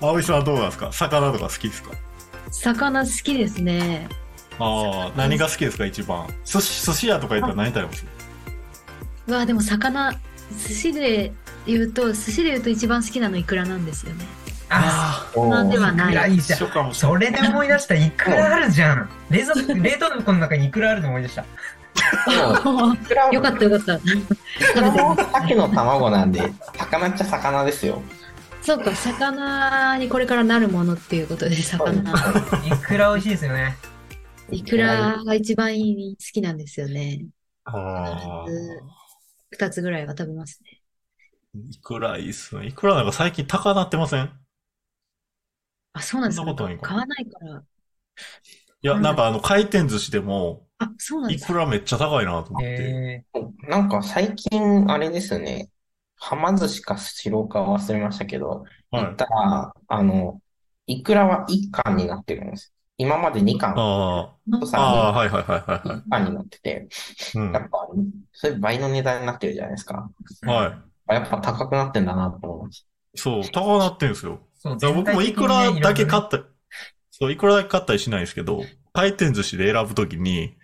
葵さんはどうなんですか魚とか好きですか魚好きですね。ああ、何が好きですか一番。寿司、寿司屋とか行ったら何食べますうわでも魚寿司で言うと寿司で言うと一番好きなのイクラなんですよね。あ魚ではあ、いやない。いいじ一ゃん緒。かもしれそれで思い出した、いくらあるじゃん。冷蔵 庫、冷凍庫の中にいくらあるの思い出した。いくら よかったよかった。食べてみもる鮭の卵なんで、魚っちゃ魚ですよ。そうか魚にこれからなるものっていうことで魚。いくら美味しいですよね。イクラが一番好きなんですよね。ない。ああ。二つぐらいは食べますね。いくらいいっすね。いくらなんか最近高なってませんあそうなんですそんかなことないか買わないから。いや、なんかあの、回転寿司でも、あそうなんでいすくか。らめっちゃ高いなと思って。えなんか最近、あれですね、はま寿司かスシローか忘れましたけど、はい行ったら、あの、いくらは1貫になってるんです。今まで2貫、あとあ、ああ、 3はいはいはいはいは貫、1貫になってて、い。うん。やはっぱ、そういう倍の値段になってるじゃないですか。い。やっぱ高くなってんだなと思います。そう、高なってんですよ。そうだから僕もいくらだけ買っった、そう、いくらだけ買ったりしないんですけど、回転寿司で選ぶときに、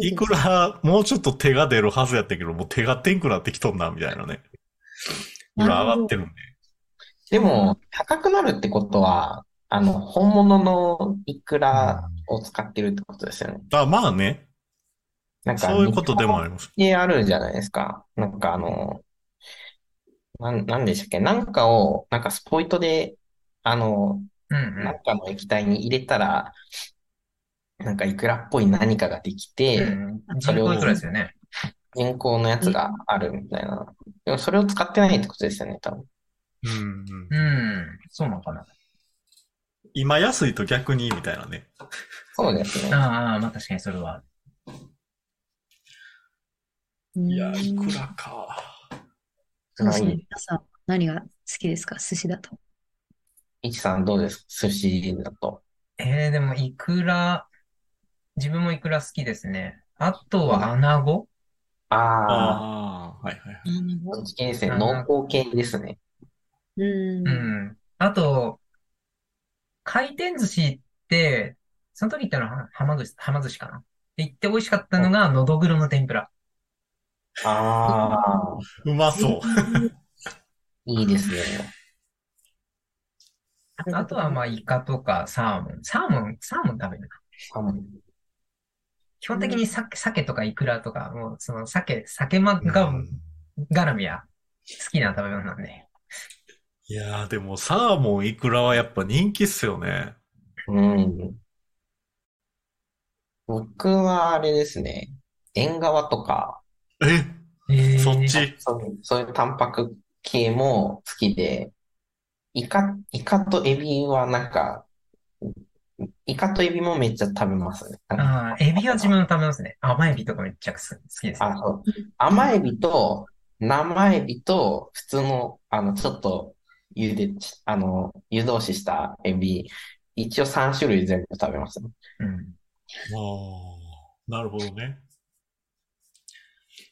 いくらもうちょっと手が出るはずやったけど、もう手が出んくなってきとんな、みたいなね。裏上がってるんで。でも、高くなるってことは、あの、本物のいくらを使ってるってことですよね。あまあね、なんか、そういうことでもあります。系あるじゃないですか。なんかあの、なん、なんでしたっけなんかを、なんかスポイトで、あの、うんなんかの液体に入れたら、なんかイクラっぽい何かができうて、ん。人工いくらですよね。人工のやつがあるみたいな。でもそれを使ってないってことですよね、多分。うんうん。うん。そうなのかな。今安いと逆に、みたいなね。そうですね。ああ、まあ確かにそれは。うんいや、いくらか。そうですね。はい皆さん、何が好きですか寿司だと。いちさんどうですか寿司だと。えー、でもいくら、自分もいくら好きですね。あとは穴子ああ、ああ、はいはいはい。好きですね。濃厚系ですね。うんう。ん。あと、回転寿司って、その時行ったのは、はま寿司、はま寿司かな。で行って美味しかったのが、のどぐろの天ぷら。ああ、うま そう。いいですね。あとはまあ、イカとかサーモン。サーモン、サーモン食べるな。あの基本的にさ鮭とかイクラとか、もうその鮭、鮭まがうん絡みは好きな食べ物なんで。いやー、でもサーモン、イクラはやっぱ人気っすよね。うん。僕はあれですね。縁側とか、え、えそっち。そう、そういうタンパク系も好きで、イカ、イカとエビはなんか、イカとエビもめっちゃ食べますね。なんかああ、エビは自分も食べますね。甘エビとかめっちゃ好きです。あの、甘エビと生エビと普通の、あの、ちょっと茹で、あの、湯通ししたエビ、一応3種類全部食べますね。うん。ああ、なるほどね。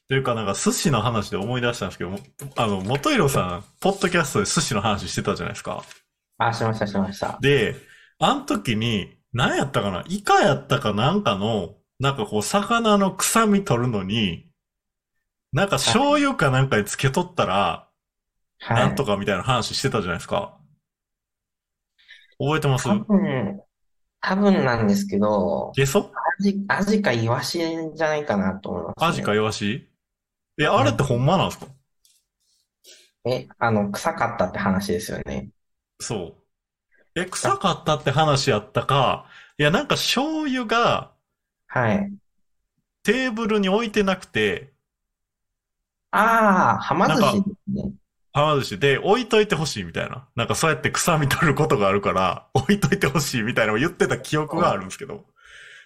というか、なんか寿司の話で思い出したんですけど、もあの、元宏さん、ポッドキャストで寿司の話してたじゃないですか。あ、しました、しました。で、あの時に、何やったかなイカやったかなんかの、なんかこう、魚の臭み取るのに、なんか醤油かなんかにつけとったら、はい。なんとかみたいな話してたじゃないですか。覚えてます多分、多分なんですけど、ゲソアジ、アジかイワシじゃないかなと思いますねアジかイワシえ、あれってほんまなんですかえ、あの、臭かったって話ですよね。そう。え、臭かったって話やったか、いや、なんか醤油がはい。テーブルに置いてなくて、ああ、はま寿なん司ですね。はま寿司で置いといてほしいみたいな。なんかそうやって臭み取ることがあるから、置いといてほしいみたいなのを言ってた記憶があるんですけど、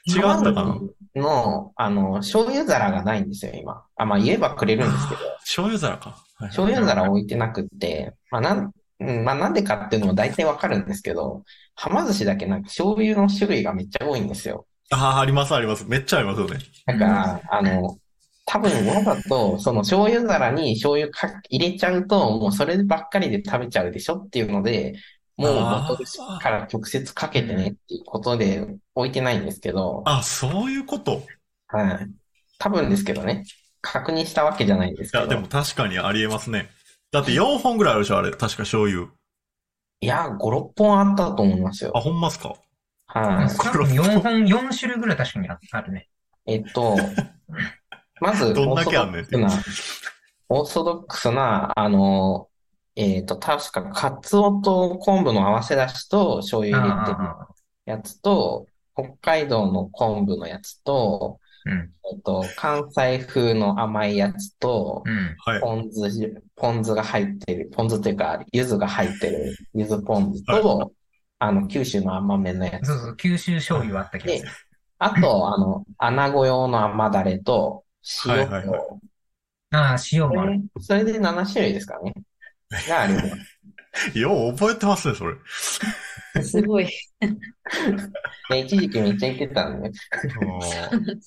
違ったかはなま寿司の、あの、醤油皿がないんですよ、今。あ、まあ言えばくれるんですけど、醤油皿か。はいはい醤油皿置いてなくって、まあなん、うんまあなんでかっていうのも大体わかるんですけど、はま寿司だけなんか醤油の種類がめっちゃ多いんですよ。ああ、ありますあります。めっちゃありますよね。だから、あの、多分わざと、その醤油皿に醤油か入れちゃうと、もうそればっかりで食べちゃうでしょっていうので、もうあー元串から直接かけてねっていうことで置いてないんですけど、あ、そういうこと。はい。多分ですけどね。確認したわけじゃないですいけや、でども。確かにありえますね。だって4本ぐらいあるでしょ、あれ。確か醤油。いや、5、6本あったと思いますよあ、。ほんまっすか。は少なくとも4本、4種類ぐらい確かにあるね。い。えっ と、まず、どんだけあんねんっていうオーソドックスな、あの、えっと、確か、カツオと昆布の合わせだしと醤油入れてるあやつと、北海道の昆布のやつと、あ、うん、えっと、関西風の甘いやつと、うん。はい。ポン酢汁、ポン酢が入ってる、ポン酢というか、柚子が入ってる、柚子ポン酢と、あの、九州の甘めのやつ。そうそう、九州醤油はあった気がすでる。、あと、あの、穴子用の甘だれと、塩はいはいはと、ああ、塩そもある。れそれで7種類ですからね。が あります。よう覚えてますね、それ。すごい。で、一時期めっちゃ行ってたんでね。あー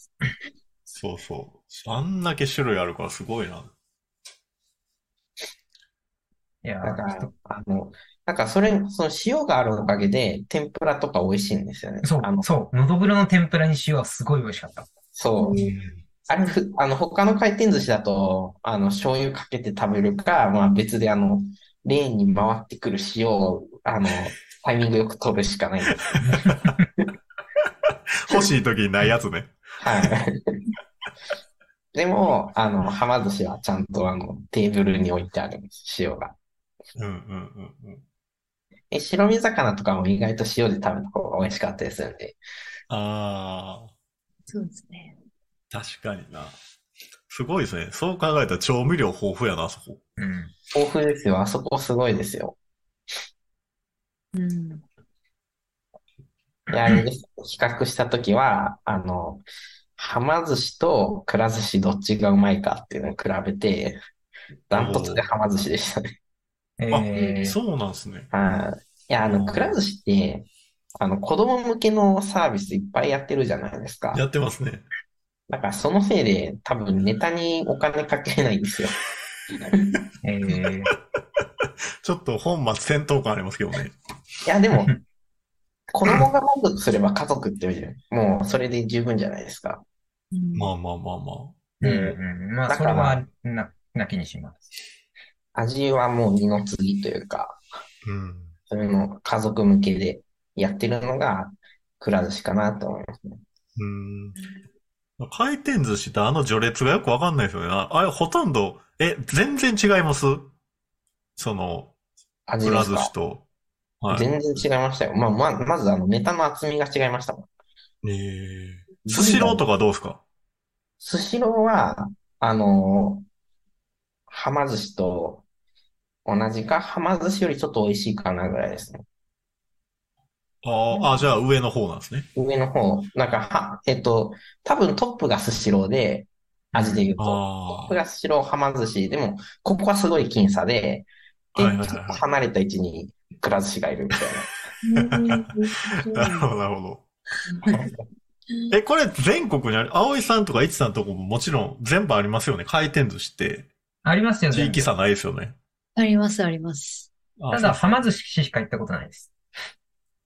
そうそう。あんだけ種類あるからすごいな。いや、だかちょっら、あの、なんかそれ、その塩があるおかげで、天ぷらとか美味しいんですよねと。そうあの、、そう、のどぐろの天ぷらに塩はすごい美味しかった。そう。あれ、ふあの、他の回転寿司だと、あの、醤油かけて食べるか、まあ別であの、レーンに回ってくる塩を、あの、タイミングよく取るしかないんです。欲しい時にないやつね。はい。でも、あの、はま寿司はちゃんとあの、テーブルに置いてあるんです、塩が。うんうんうんうん。え、白身魚とかも意外と塩で食べた方が美味しかったりするんで。あそうですね。あ、確かにな。すごいですね。そう考えたら調味料豊富やな、そこ。うん。豊富ですよ。あそこすごいですよ。うん。で、あれです。比較したときは、あの、はま寿司とくら寿司どっちがうまいかっていうのを比べて、ダントツではま寿司でしたね。えー、そうなんですね。はい。いや、あの、くら寿司って、あの、子供向けのサービスいっぱいやってるじゃないですか。やってますね。だからそのせいで多分ネタにお金かけないんですよ。えー、ちょっと本末転倒感ありますけどね。いや、でも、子供が満足すれば家族って、もうそれで十分じゃないですか。うんまあまあまあまうん、でうん。まあ、だそかれらは、な、なきにします。味はもう二の次というか、あ。うん。それの家族向けでやってるのが、くら寿司かなと思いますね。うん。回転寿司ってあの序列がよくわかんないですよね。ああれほとんど、え、全然違いますその、味くらです寿か司と。はい。全然違いましたよ。まあ、ま、まずあの、ネタの厚みが違いましたもん。えー、スシローとかどうですかスシローは、あのーはま寿司と同じか、はま寿司よりちょっと美味しいかなぐらいですね。あーあ、じゃあ上の方なんですね。上の方、なんか、は、えっと、多分トップがスシローで、味で言うと、トあップあ。がスシロー、はま寿司、でも、ここはすごい僅差で、で、はいはいはいちょっと離れた位置にくら寿司がいるみたいな。 なるほど、なるほど。 え、これ全国にある、葵さんとかいちさんとこももちろん全部ありますよね。回転寿司って。ありますよね。地域差ないですよね。あります、あります。あただ、そうはま寿司しか行ったことないです。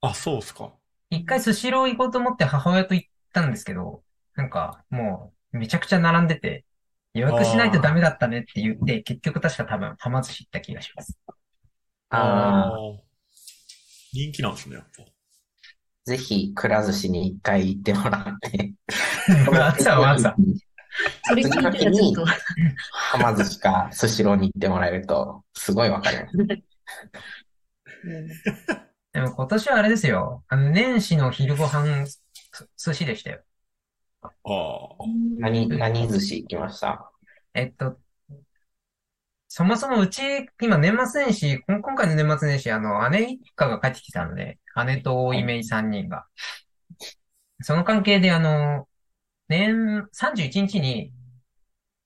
あ、そうっすか。一回スシロー行こうと思って母親と行ったんですけど、なんか、もう、めちゃくちゃ並んでて、予約しないとダメだったねって言って、結局確か多分、はま寿司行った気がし ます。ああ、ー。人気なんですね、やっぱ。ぜひ、くら寿司に一回行ってもらって、わざわざ。それ聞いたらちょっと、はま寿司かスシローに行ってもらえると、すごいわかります。うでも今年はあれですよ。あの、年始の昼ご飯、す寿司でしたよ。ああ。ん何、何寿司行きましたえっと、そもそもうち、今年末年始、こん今回の年末年始、あの、姉一家が帰ってきたので、姉と大井めい3人が。その関係で、あの、年、31日に、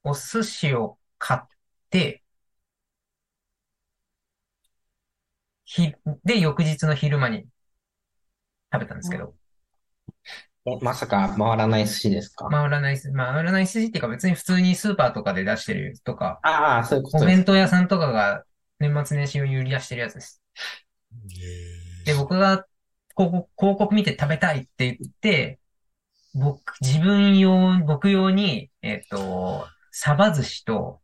お寿司を買って、ひ、で、翌日の昼間に食べたんですけど、え、まさか回らない寿司ですか回らないす、回らない筋っていうか別に普通にスーパーとかで出してるとか、ああ、そういうこおとです。弁当屋さんとかが年末年始を売り出してるやつです。で、僕が広告、広告見て食べたいって言って、僕、自分用、僕用に、えっと、サバ寿司と、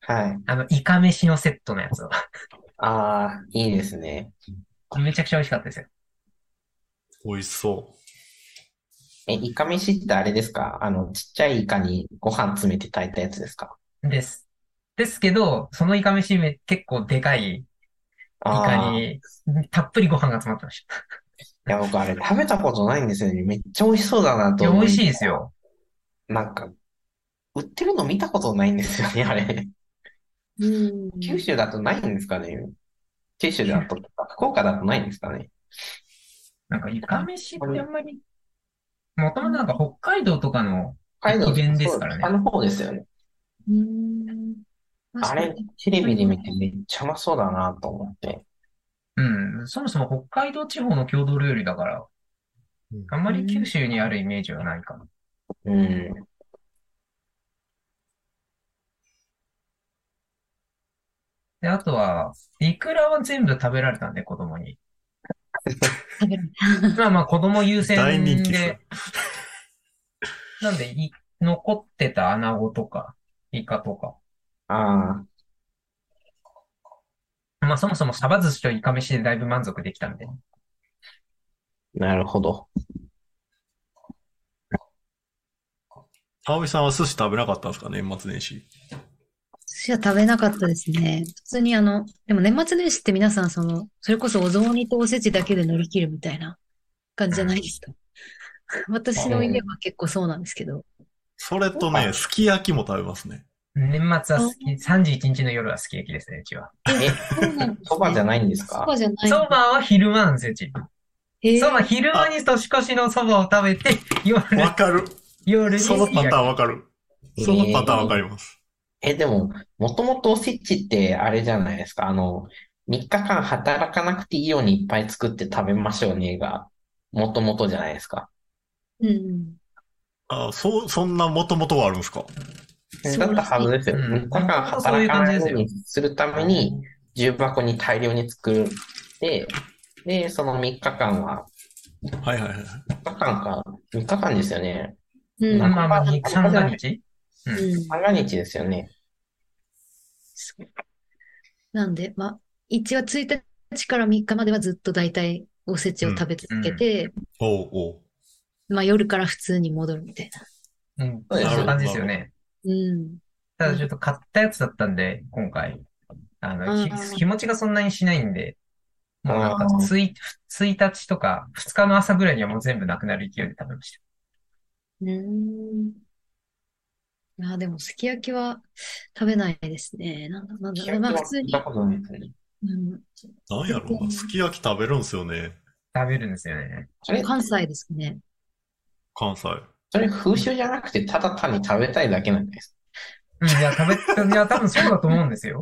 はい。あの、イカ飯のセットのや つを。ああ、いいですね。めちゃくちゃ美味しかったですよ。美味しそう。え、イカ飯ってあれですかあの、ちっちゃいイカにご飯詰めて炊いたやつですかです。ですけど、そのイカ飯め結構でかいイあカあ、いに、たっぷりご飯が詰まってました。や、僕あれ食べたことないんですよね。めっちゃ美味しそうだないとや、思美味いしいですよ。なんか、売ってるの見たことないんですよね、あれ。うん九州だとないんですかね九州だと、福岡だとないんですかねなんか、イカ飯ってあんまり、もともとなんか北海道とかの、北海道駅弁ですからねあの方ですよね。うんあれ、テレビで見てめっちゃうまそうだなと思って。うん、そもそも北海道地方の郷土料理だから、あんまり九州にあるイメージはないかな。うん。で、あとは、イクラは全部食べられたんで、子供 に。食べるまあまあ、子供優先大人気ですで、なんで、い残ってたアナゴとか、イカとか。ああ、まあ、そもそもサバ寿司とイカ飯でだいぶ満足できたんで。なるほど。葵さんは寿司食べなかったんですか年末年始。寿司は食べなかったですね。普通にあの、でも年末年始って皆さんその、それこそお雑煮とおせちだけで乗り切るみたいな感じじゃないですか。私の家は結構そうなんですけど。それとね、すき焼きも食べますね。年末は好き、31日の夜はすき焼きですね、うちは。え、そうなんですそばじゃね。ないんですそかばじゃない。そばは昼間なんですよ、うち。へえそば、昼間に年越しのそばを食べて、夜、わかる。夜にそのパターンン。わかる。そのパターンわかります。え、でも、もともとおせちってあれじゃないですか。あの、3日間働かなくていいようにいっぱい作って食べましょうねが、もともとじゃないですか。うんうん。あ、そう、そんなもともとはあるんですかだそうったはずですよ。うん3日間そうい働うか感なじでいよすうよにするために、重箱に大量に作って、で、その3日間は、はいはいはい。 3日間か、3日間ですよね。うんまあまあまあ、うん3、三が日うん3が日ですよね。なんで、まあ、一応1日から3日まではずっと大体おせちを食べ続けて、おうおう。まあ夜から普通に戻るみたいな。うん、そうですそういう感じですよね。うん。ただちょっと買ったやつだったんで、今回。あの、うん日日持ちがそんなにしないんで、もうなんかあーつい、1日とか2日の朝ぐらいにはもう全部なくなる勢いで食べました。うん。ああ、でも、すき焼きは食べないですね。なんだ、なんだ、まあ、普通聞いに、たことないですね。うん、なんやろうな。すき焼き食べるんですよね。食べるんですよね。それ、関西ですね。関西。それ風習じゃなくて、ただ単に食べたいだけなんです。うん、いや、食べ、 いや、多分そうだと思うんですよ。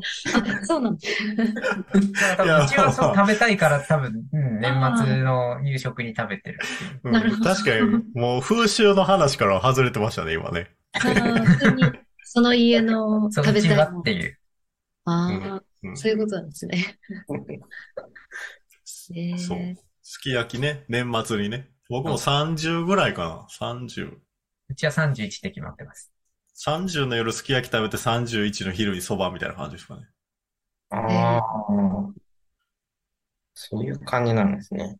あ、 そうなんだ。だから多分うちはそう食べたいから多分、うん、年末の夕食に食べてる。うんなるほど確かに、もう風習の話からは外れてましたね、今ね。あー普通に、その家のそう、食うべちたはいもっの。ていう。ああ、うんそういうことなんですね。えそうー、。すき焼きね、年末にね。僕も30ぐらいかな。30。うちは31って決まってます。 30の夜すき焼き食べて31の昼にそばみたいな感じですかね。ああー、そういう感じなんですね。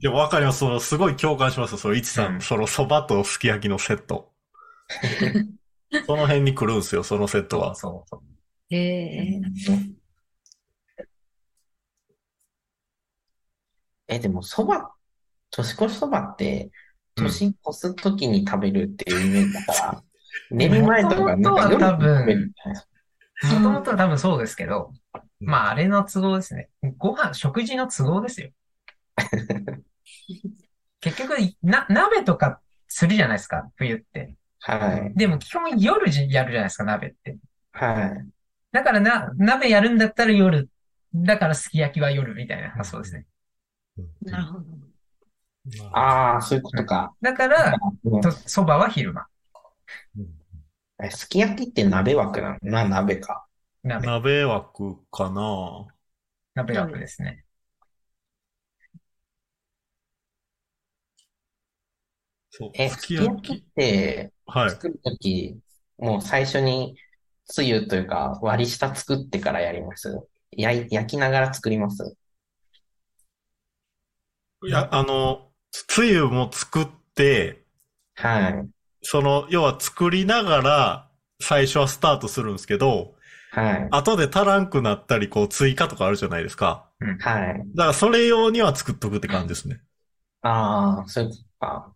でもわかります。その、すごい共感しますよ。その、いちさ、うんんその、そばとすき焼きのセット。その辺に来るんですよ、そのセットは。そうそう。ええ、でも、そば、年越しそばって、年越すときに食べるっていうイメージだ から、寝る前とか、なんか夜に食べるみたいな。もともとは多分そうですけど、うんまあ、あれの都合ですね。ご飯、食事の都合ですよ。結局、な、鍋とかするじゃないですか、冬って。はい、でも基本夜じやるじゃないですか、鍋って。はい。だからな、鍋やるんだったら夜。だからすき焼きは夜みたいな発想ですね。ー、なるほど。ああ、そういうことか。だから、うんとそばは昼間。えすき焼きって鍋枠なのな、鍋か。鍋、鍋枠かな鍋枠ですね。そう。え、すすきき焼焼ききっ。て、はい。作るとき、もう最初に、つゆというか、割り下作ってからやります。やい、焼きながら作ります。いや、あの、つゆも作って、はい。その、要は作りながら、最初はスタートするんですけど、はい。後で足らんくなったり、こう、追加とかあるじゃないですか。はい。だから、それ用には作っとくって感じですね。ああ、そういうことか。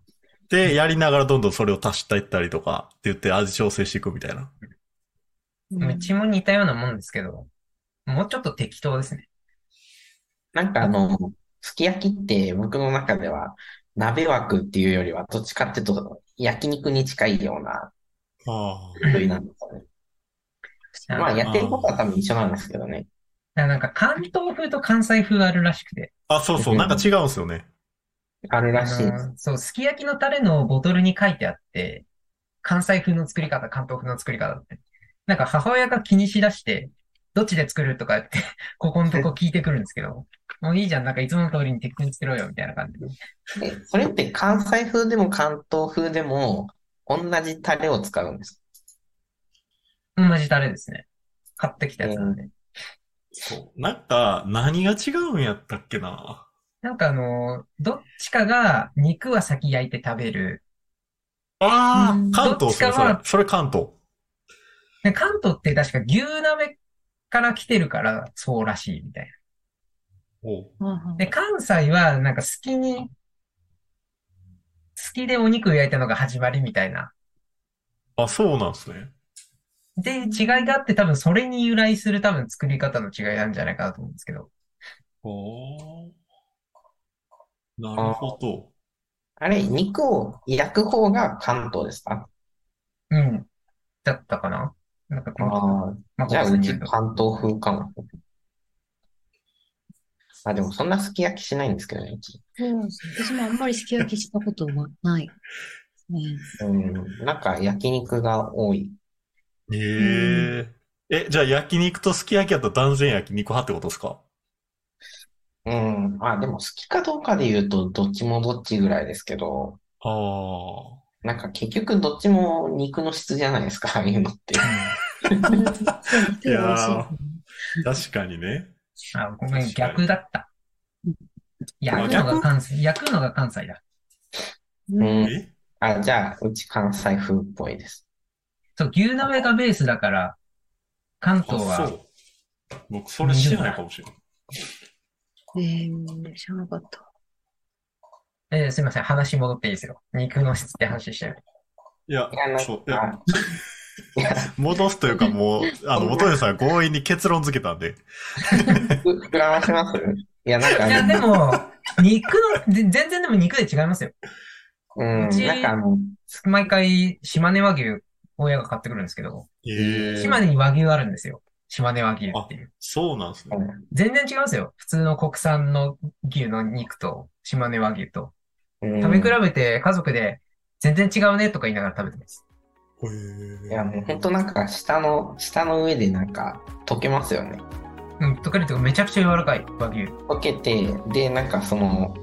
で、やりながらどんどんそれを足していったりとか、って言って味調整していくみたいな。うんうちも似たようなもんですけど、もうちょっと適当ですね。なんかあの、すき焼きって僕の中では、鍋枠っていうよりは、どっちかっていうと、焼肉に近いようなあ部類なんです よね。あまあ、やってることは多分一緒なんですけどね。だからなんか関東風と関西風あるらしくて、あ。あ、そうそう、なんか違うんですよね。あるらあしいです。のそう、すき焼きのタレのボトルに書いてあって、関西風の作り方、関東風の作り方って。なんか母親が気にしだして、どっちで作るとか言って、 ここのとこ聞いてくるんですけど、もういいじゃん、なんかいつもの通りに適当に作ろうよ、みたいな感じで。え、それって関西風でも関東風でも、同じタレを使うんですか同じタレですね。買ってきたやつなんで。そう。なんか、何が違うんやったっけな。なんかあの、どっちかが肉は先焼いて食べる。あうんあ、関東っすどね、っちそかれは。それ関東。で、関東って確か牛鍋から来てるからそうらしいみたいおううんうんな。で、関西はなんか好きに、好きでお肉焼いたのが始まりみたいな。あ、そうなんですね。で、違いがあって多分それに由来する多分作り方の違いなんじゃないかなと思うんですけど。おーなるほど。あれ、肉を焼く方が関東ですかうん。だったかななんかこの、ああ、まあ、じゃあここうにち言うと関東風かも。あ、でもそんなすき焼きしないんですけどね、うち。そうなんですね私もあんまりすき焼きしたことが ない。ねうん、なんか焼肉が多い。へえ。え、じゃあ焼肉とすき焼きやったら断然焼肉派ってことですかうん、あ、でも好きかどうかで言うと、どっちもどっちぐらいですけど、ああ。なんか結局どっちも肉の質じゃないですか、ああ いうのって。うんそう肉が美味しいいや確かにね。あ、ごめん、逆だったうん。焼くのが関西、焼くのが関西だ。ううんん、えあ、じゃあうち関西風っぽいです。そう、牛鍋がベースだから、関東あ、は、そう。僕それしてないかもしれない。えー知らなかった。えーすいません、話戻っていいですよ。肉の質って話してる。いやいや、、なんそう。いや、か、いや、戻すと いうかもう、あの、元根さん強引に結論付けたんで。ふ膨らませますいや、なんかあいのや、でも、肉の、ぜ全然でも肉で違いますよ。うん、うちなんかあの、毎回、島根和牛、親が買ってくるんですけど、へえ。島根に和牛あるんですよ。島根和牛っていう。そうなんですね。全然違いますよ。普通の国産の牛の肉と、島根和牛と。うん、食べ比べて、家族で、全然違うねとか言いながら食べてます。へいえや、もうほんとなんか、下の、下の上でなんか、溶けますよね。うん、とかるとめちゃくちゃ柔らかい和牛。溶けて、で、なんかその、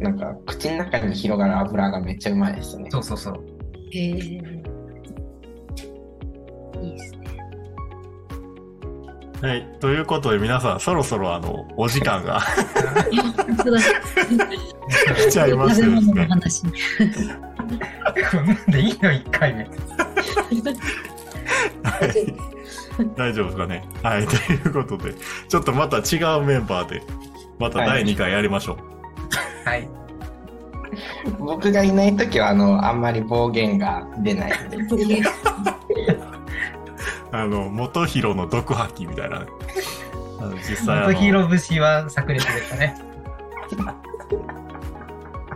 なんか、口の中に広がる油がめっちゃうまいですね。そうそう そう。えーいいです ね。はい。ということで皆さん、そろそろあの、お時間が 本当だ。来ちゃいまし食てべです 物のね。 話。こんなんでいいの一回目。はい。大丈夫ですかね。はい。ということで、ちょっとまた違うメンバーで、また第2回やりましょう。はい。僕がいないときは、あの、あんまり暴言が出ないんで。あの、元弘の毒吐きみたいなね。あの実際あ元の、広節は炸裂でしたね。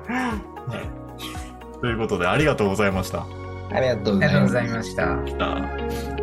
はい。ということで、ありがとうございました。ありがとあうごりざがとういまごすざい。ました。あー